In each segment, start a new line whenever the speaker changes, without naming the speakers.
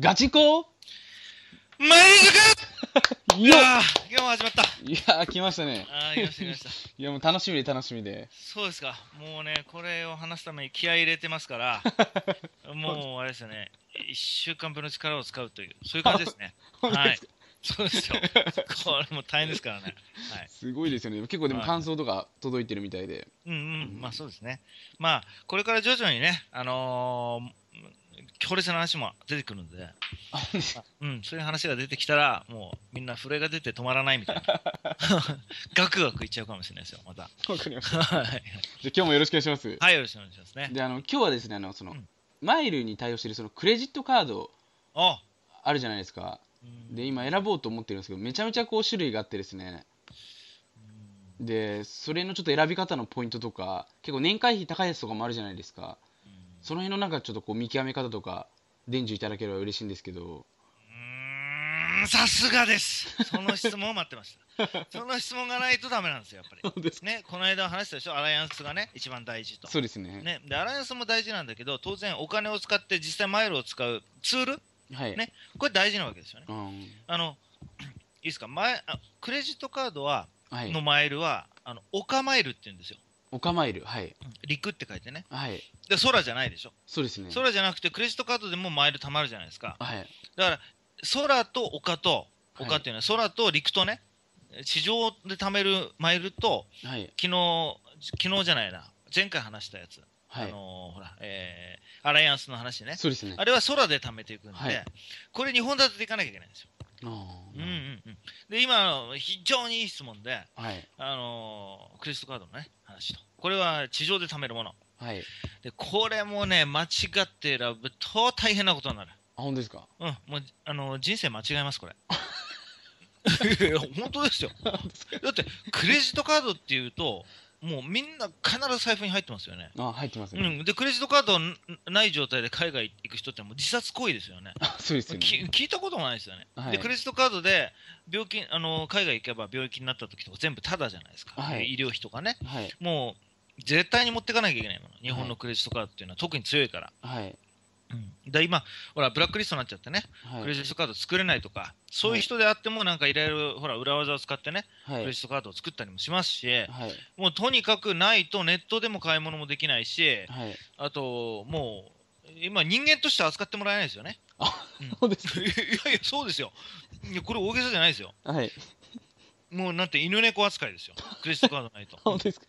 ガチコ
マイズ
い
い
や
やー、今日も始まった。
いやー来ましたね
あー、来ました、来ました。
いやもう楽しみで楽しみで
そうですか。もうね、これを話すために気合い入れてますから、 もうあれですよね、1週間分の力を使うという、 そういう感じですね。はい。そうですよ。これも大変ですからね。はい。
すごいですよね結構でも
はい
感想とか届いてるみたい で、
うんうん、まあそうですね。まあ、これから徐々にね、あのー強烈な話も出てくるんで、 うん、そういう話が出てきたら、もうみんな震えが出て止まらないみたいな。 ガクガクいっちゃうかもしれないですよ、また。
わかりました
はい
じゃあ今日もよろしくお願いします
はい、よろしくお願いしますね。
であの今日はですねあのその、
うん
マイルに対応してるそのクレジットカード
あ、
あるじゃないですか
うん
で今選ぼうと思ってるんですけどめちゃめちゃこう種類があってですね
うん
でそれのちょっと選び方のポイントとか結構年会費高いやつとかもあるじゃないですかその辺のなんかちょっとこう見極め方とか伝授いただければ嬉しいんですけ ど
うーんさすがです。その質問を待ってました。その質問がないとダメなんですよ、やっぱり。ね、この間話したでしょ、アライアンスがね、一番大事と。
そうですね
ね、でアライアンスも大事なんだけど当然お金を使って実際マイルを使うツール
はい、
ねこれ大事なわけですよね
うん
あのいいですか前あクレジットカードは
は
の
い
マイルはあのオカマイルって言うんですよ
オカマイルはい
陸って書いてね
はい
で空じゃないでしょ
そうですね
空じゃなくてクレジットカードでもマイル貯まるじゃないですか
はい
だから空と丘と
はい
丘っていうのは空と陸とね地上で貯めるマイルと
はい
昨日昨日じゃないな前回話したやつ、
は
あ
い
のーほら、えーアライアンスの話ね
そうですね
あれは空で貯めていくんで、
はい
これ2本立てていかなきゃいけないんですよ。
あ
うん
ー
うんうん、で今あの非常にいい質問で、
はい
あのークレジットカードのね話とこれは地上で貯めるもの
はい
でこれもね間違って選ぶと大変なことになる。
あ本当ですか
うん、もうあのー人生間違えま すこれ本当ですよだってクレジットカードっていうともうみんな必ず財布に入ってますよね、
あ入ってます
う
ね、
ん、でクレジットカードんない状態で海外行く人ってもう自殺行為ですよね
あ そうですよ
き
ね
聞いたこともないですよね、
はい
でクレジットカードで病気あの海外行けば病気になった時とか全部タダじゃないですか、
はい
で医療費とかね
はい
もう絶対に持っていかなきゃいけないもの日本のクレジットカードっていうのは特に強いから、
はい
うんで今ほらブラックリストになっちゃってね、
は
クレ
い
ジットカード作れないとかそういう人であってもなんかいろいろほら裏技を使ってね、
は
クレ
い
ジットカードを作ったりもしますし、
はい
もうとにかくないとネットでも買い物もできないし
はい
あともう今人間として扱ってもらえないですよね
そうです
いやいや、そうですよ。いや、これ大げさじゃないですよ。
はい
もうなんて犬猫扱いですよ。クレジットカードないと。
本当ですか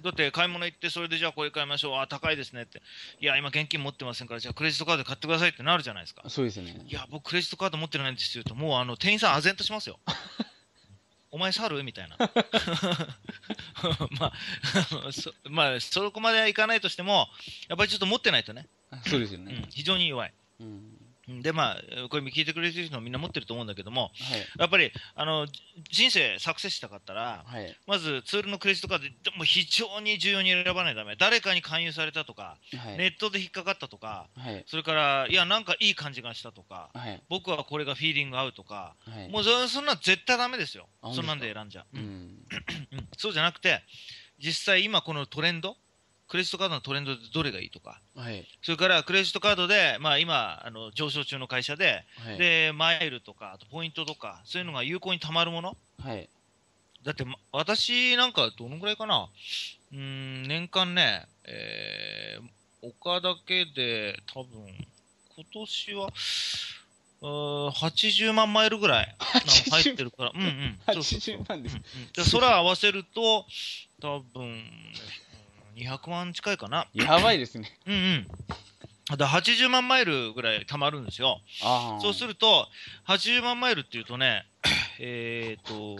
だって買い物行って、それでじゃあこれ買いましょう。あ、高いですねって。いや、今現金持ってませんから、じゃあクレジットカードで買ってくださいってなるじゃないですか。
そうですね
いや、僕クレジットカード持ってないんですよと、もうあの店員さん唖然としますよ。 お前猿みたいな。 まあ、 あのそまあ、そこまではいかないとしても、やっぱりちょっと持ってないとね、
あそうですよ
うん
ね、
非常に弱い。
うん
うんで、まあ、これ聞いてくれてる人もみんな持ってると思うんだけども、
はい
やっぱりあのじ人生作成したかったら、
はい
まずツールのクレジットカードで、でも非常に重要に選ばないとダメ、誰かに勧誘されたとか、
はい
ネットで引っかかったとか、
はい
それから、いや、なんかいい感じがしたとか、
はい
僕はこれがフィーリング合うとか、
はい
もうそそんなん絶対ダメですよ
あ、
そんなんで選んじゃう、
う
うん
ん
うんそうじゃなくて、実際、今、このトレンド、クレジットカードのトレンドでどれがいいとか、
はい
それからクレジットカードで、まあ、今あの、上昇中の会社で、
はい
でマイルとか、あとポイントとか、そういうのが有効にたまるもの。
はい
だって、ま私なんかどのぐらいかなうーん年間ね、えー、丘だけで多分今年はうーん80万マイルぐらいなんか入ってるからうんうんそうそうそう
80万です
うんで空合わせると多分うん200万近いかな
やばいですね
うんうんだから80万マイルぐらい貯まるんですよ
ああ
そうすると、80万マイルっていうとね、えっと、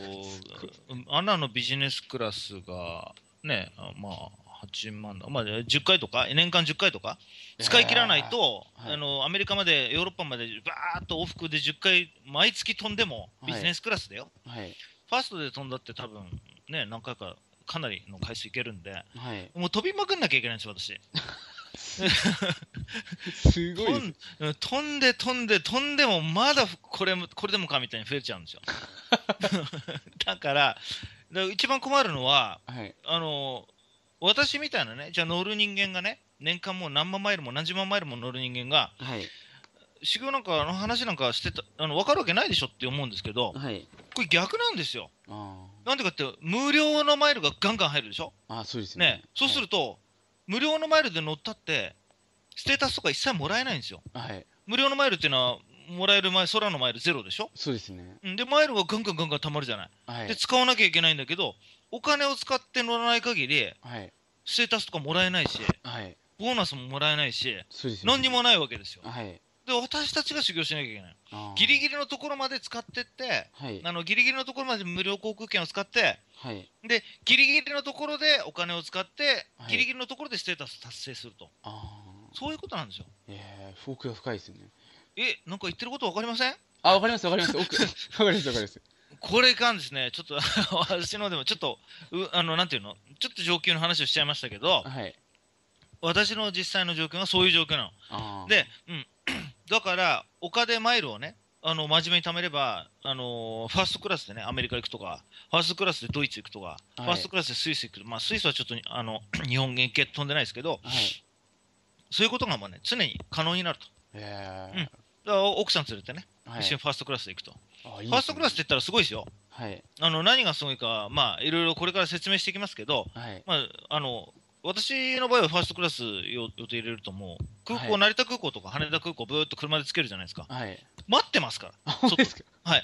うんアナのビジネスクラスがね、あまあ、8万だ、まあ、10回とか、年間10回とか、使い切らないと、
えーはい
あのアメリカまで、ヨーロッパまで、バーっと往復で10回、毎月飛んでも、
はい
ビジネスクラスだよ、
はい
ファーストで飛んだって、多分ね、何回か、かなりの回数いけるんで、
はい
もう飛びまくんなきゃいけないんですよ、私。
すごい
飛
です
んうん飛んで飛んで飛んでもまだこれもこれでもかみたいに増えちゃう んですよだからだから一番困るのは
はい
あの私みたいなねじゃあ乗る人間がね年間もう何万マイルも何十万マイルも乗る人間が
はい
修行なんかの話なんかしてたあの分かるわけないでしょって思うんですけど
はい。
これ逆なんですよ
あ
なんでかって無料のマイルがガンガン入るでしょ
あ。ああ、そうですよね。
ねそうすると、無料のマイルで乗ったってステータスとか一切もらえないんですよ
はい。はい。
無料のマイルっていうのはもらえる前空のマイルゼロでしょ
そうですね。
うんでマイルがガンガンガンガン貯まるじゃない、
はい
で。使わなきゃいけないんだけどお金を使って乗らない限り
はい。
ステータスとかもらえないし
はい。
ボーナスももらえないし
そうですよね。
何にもないわけですよ
はい。
で私たちが修行しなきゃいけない
ああ
ギリギリのところまで使ってって
はい。
あのギリギリのところまで無料航空券を使って
はい。
でギリギリのところでお金を使って、
はい
ギリギリのところでステータス達成すると
ああ。
そういうことなんですよ
ええ、フォークが深いですね。
えなんか言ってること分かりません
あ、わかります、わかり ます。奥わかります、わかります。
これいかんですねちょっと 私のでもちょっとうあのなんていうのちょっと上級の話をしちゃいましたけど
はい。
私の実際の状況がそういう状況な
あ
の
あ。
で、うん、 だから丘でマイルをねあの真面目に貯めれば、あのーファーストクラスでねアメリカ行くとかファーストクラスでドイツ行くとか、
い
ファーストクラスでスイス行くとか、まあ、スイスはちょっとあの 日本元気飛んでないですけど
はい。
そういうことがもうね常に可能になると
え
だから奥さん連れてね
え。は
一緒
い
に。ファーストクラスで行くと、
あ、いい
ファーストクラスっ
で
て言ったらすごいですよ
すね。
あの何がすごいか、まあ、いろいろこれから説明していきますけど、
はい。はい。
まあ、あの私の場合はファーストクラス予予定入れるともう空港、
はい
成田空港とか羽田空港ブーっと車でつけるじゃないですか
はい。
待ってますか
あ、本当ですか。
ら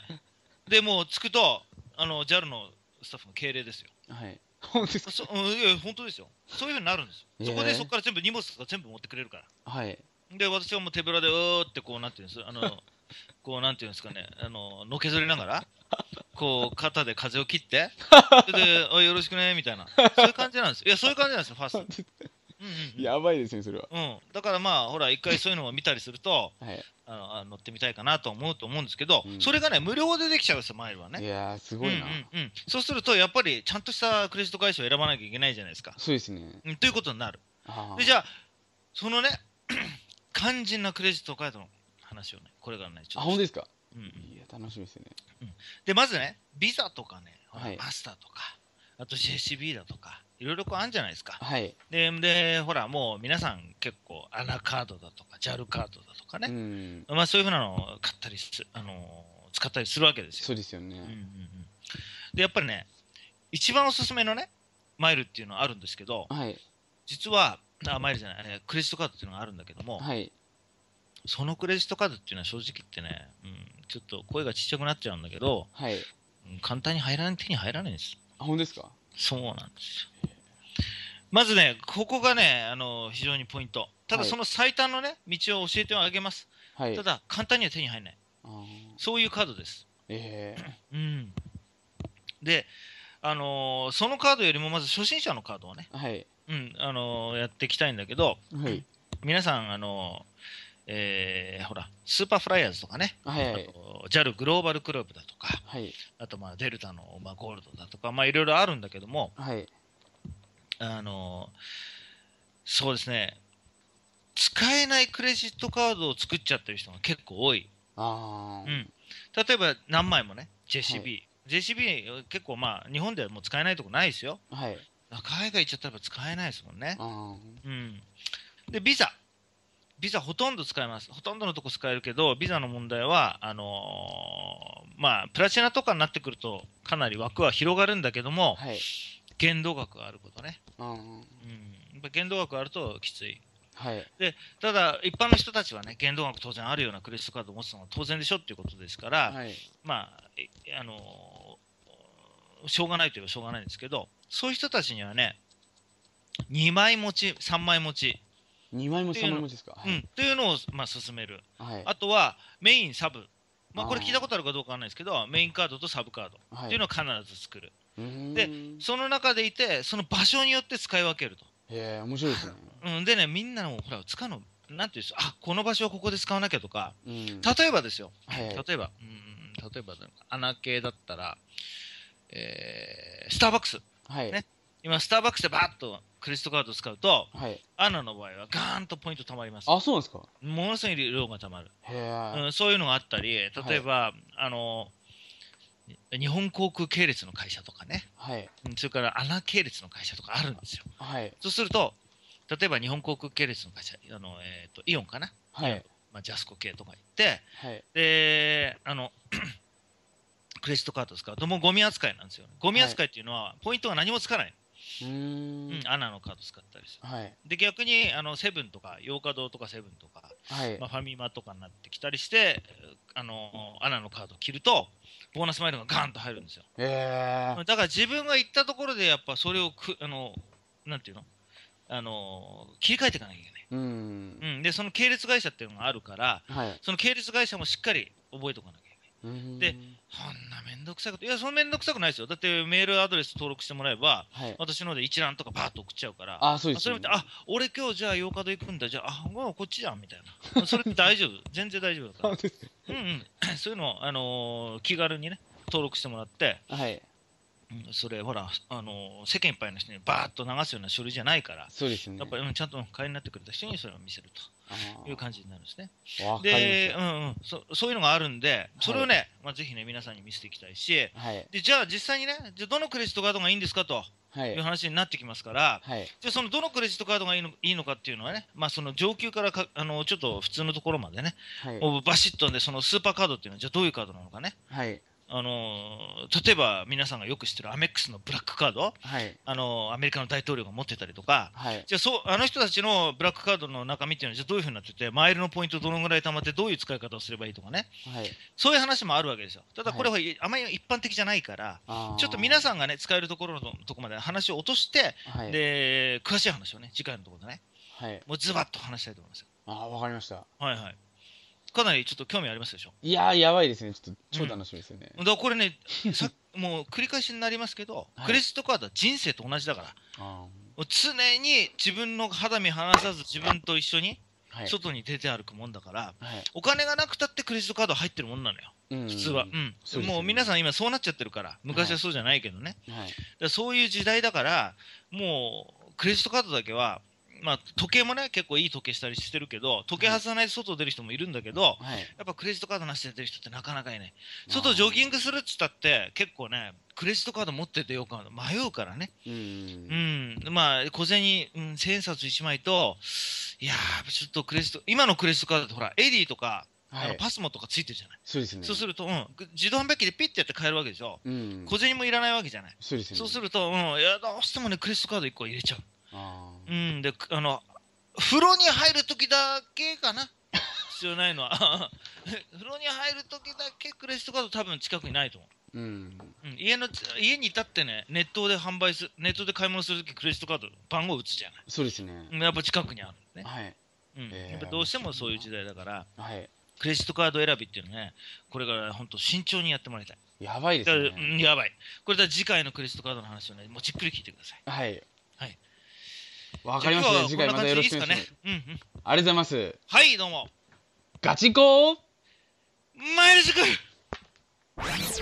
でもう着くとあの JAL のスタッフの敬礼ですよ
はい。本当ですか。
そ、うん、いや本当ですよそういうふうになるんです
へえ
よそこでそこから全部荷物とか全部持ってくれるから
はい。
で私はもう手ぶらでうーってこうなんていうんです あのこうなんていうんですかねあののけぞりな がらこう肩で風を切ってそれでおいよろしくねみたいなそういう感じなんですいやそういう感じなんですよファ ースト、うんうんうん、
やばいですね、それは。
うん、だからまあほら一回そういうのを見たりすると
はい。
あのあ乗ってみたいかなと思うと思うんですけど、
うん
それがね無料でできちゃうんですよマイルはね
いやー、すごいな
うん。うんうん、そうするとやっぱりちゃんとしたクレジット会社を選ばなきゃいけないじゃないですか、
そうですね。
うん、ということになる
あ
でじゃあそのね 肝心なクレジットカードの話をねこれからねち
あ。
ょ
あ、
っ
本
と
当ですか。
うんうん
いや、楽しみですね。
でまずねビザとかね、ほら
はい
マスターとかあと JCB だとかいろいろこうあるんじゃないですか
はい。
ででほらもう皆さん結構アナカードだとか JAL カードだとかね、
うん。
まあ、そういうふうなのを買ったりす、あのー使ったりするわけですよ。
そうですよ
うんうんう
ね。
んでやっぱりね一番おすすめのねマイルっていうのはあるんですけど
はい。
実はあマイルじゃない、えークレジットカードっていうのがあるんだけども、
はい。
そのクレジットカードっていうのは正直言ってね、うん、ちょっと声がちっちゃくなっちゃうんだけど、
はい。
うん簡単に入らない手に入らないんです。
あ、本当ですか。
そうなんですよ。まずね、ここがね、あのー非常にポイント。ただ、
はい
その最短のね、道を教えてあげます。
はい。
た
あ
だ、簡単には手に入らない。
ー
そういうカードです。
ええ。
うん、で、あのーそのカードよりもまず初心者のカードをね、
はい。
うんあのーやっていきたいんだけど
はい。
皆さん、あのーえーほらスーパーフライヤーズとかね、
はい。は
あ
い。
と JAL グローバルクラブだとか
はい。
あとまあデルタの、まあ、ゴールドだとか、まあ、いろいろあるんだけども、
はい。
あのーそうですね使えないクレジットカードを作っちゃってる人が結構多い。
あ
う
ー
ん、例えば何枚もね JCB、JCB 結構まあ日本ではもう使えないとこないですよ
はい。
海外行っちゃったらやっぱ使えないですもんね、
あ
うん、でビザビザほとんど使えますほとんどのとこ使えるけどビザの問題はあのーまあプラチナとかになってくるとかなり枠は広がるんだけど
あ。
も
はい。
限度額があることね、
あ
うん、やっぱ限度額があるときつい
あ。はい。
ただ一般の人たちはね限度額当然あるようなクレジットカードを持つのは当然でしょっていうことですから、
はい。
まあ、えあのーしょうがないといえばしょうがないんですけど、そういう人たちにはね、2枚持ち、3枚持ち、
二枚も
っていう
三
の
枚もですか。は
うん
い。
というのを、まあ、進める、
はい。
あとはメイン、サブ、ま
あ
あ、
ー
これ聞いたことあるかどうかわからないですけど、メインカードとサブカード
は
っていうのを必ず作る、
で
でその中でいて、その場所によって使い分けると。
へえ、面白いですね。
うん、でね、みんなのほら、使うの、なんていうんですあこの場所をここで使わなきゃとか、
うん。
例えばですよ、
はい。
例えば、うん、例えばだな、穴系だったら、えースターバックス。
はい。
ね今、スターバックスでバーッとクレジットカード使うと、
はい。
アナの場合はガーンとポイント貯まります。
あ、そうなんですか。
ものすごい量が貯まる、
へえ。
うん。そういうのがあったり、例えば、あの、日本航空系列の会社とかね、
はい。
うんそれからアナ系列の会社とかあるんですよ。
はい。
そうすると、例えば日本航空系列の会社、あのえー、とイオンかな、
はい。
まあ、ジャスコ系とか行って、
はい。
で、あの、 クレジットカード使うと、もうゴミ扱いなんですよ、ね。ゴミ扱いっていうのは、ポイントが何もつかない。
うー
うんん、。アナのカード使ったりする。
はい。
で、逆に、あの、セブンとか、ヨーカドーとかセブンとか、
はい
まあ、。ファミマとかになってきたりして、あの、アナのカードを切ると、ボーナスマイルがガンと入るんですよ。
えー。
だから自分が行ったところで、やっぱそれをく、あの、なんていうのあの、切り替えていかなきゃいけない。
うん。
うん。で、その系列会社っていうのがあるから、
はい。
その系列会社もしっかり覚えておかなきゃいけ
う
ない。
ーん
で、そんなめんどくさいこと。いや、そんなめんどくさくないですよ。だってメールアドレス登録してもらえば、
はい。
私ので一覧とかバーッと送っちゃうから。
あ、そうです
それ
よ
見
ね
て、。あ、俺今日じゃあ8日で行くんだ。じゃあ、あ、もうこっちじゃん、みたいな。それって大丈夫。全然大丈夫だから。うんうん。 そういうのを、あのー気軽にね、登録してもらって、
はい。
うんそれ、ほら、あのー世間いっぱいの人にバーッと流すような書類じゃないから、
そうですよね。
やっぱり、うん、ちゃんと代わりになってくれた人にそれを見せる
あ
と
ー
いう感じになるんですね。
わかりま
で
し、
うんうんそ、そういうのがあるんで、それをね、まあ、ぜひね、皆さんに見せていきたいし、
た。はい。
でじゃあ実際にね、じゃあどのクレジットカードがいいんですかと
はいい。
う話になってきますから、
はい。
じゃあそのどのクレジットカードがいいのいいのかっていうのはね、まあ、その上級からかあのちょっと普通のところまでね、
はい。
もうバシッとね、そのスーパーカードっていうのは、じゃあどういうカードなのかね、
はい。
あのー例えば皆さんがよく知ってるアメックスのブラックカード、
はい。
あのーアメリカの大統領が持ってたりとか。
はい。
じゃあそうあの人たちのブラックカードの中身っていうのはじゃあどういうふうになっててマイルのポイントどのぐらい貯まってどういう使い方をすればいいとかね
はい。
そういう話もあるわけですよただこれはあまり一般的じゃないから、
あー
ちょっと皆さんがね、使えるところのとこまで話を落として、
はい。
で、詳しい話をね、次回のところでね、
はい。
もうズバッと話したいと思いますよ。
あー、わかりました。
はいはい。かなりちょっと興味ありますでしょ。
いやー、やばいですね。ちょっと、超楽しみですよね。
だからこれ ね、さもう繰り返しになりますけど、
はい
クレジットカードは人生と同じだから、
あ
もう常に自分の肌身離さず自分と一緒に
ーはい。
外に出て歩くもんだから、
はい。
お金がなくたってクレジットカード入ってるもんなのよ、
うん
普通は。うん。
そうですよね
もう皆さん今そうなっちゃってるから、昔はそうじゃないけどね。
はい。
だからそういう時代だから、もうクレジットカードだけは、まあ、時計もね、結構いい時計したりしてるけど、時計外さないで外出る人もいるんだけど、
はい。
やっぱクレジットカードなしで出る人ってなかなかいない、
あー
外ジョギングするっつったって、結構ね、クレジットカード持って出ようかな迷うからね、
う。
うんん、まあ、小銭、うん、千円札1枚と、いやー、ちょっとクレジット、今のクレジットカードって、ほら、エディとか、
は
あの
い。
パスモとかついてるじゃない、
そうですね。
そうすると、うん、自動販売機でピッてやって買えるわけでしょ、
うん。
小銭もいらないわけじゃない。
そうですね。
そうす
る。
ると、うん、いやどうしてもね、クレジットカード1個入れちゃう。
あー
うん、で、くあの、風呂に入るときだけ かな、必要ないのは。 風呂に入るときだけクレジットカード多分近くにないと思
うん。
う。うん、家の、家にいたってね、ネットで販売する、ネットで買い物するときクレジットカード番号打つじゃない。
そうですね
う。んやっぱ近くにあるね。
はい。
うん、
えー
やっぱどうしてもそういう時代だから、
はい。
クレジットカード選びっていうのね、これから本当慎重にやってもらいたい。
やばいで
だから
す
うん
ね。
やばい。これだから次回のクレジットカードの話をね、もうじっくり聞いてください。
はい。
はい。
わかりました。次回またよろしくお願いします。
うんうん。
ありがとうございます。
はい、どうも。
ガチンコ
マイルズ君
「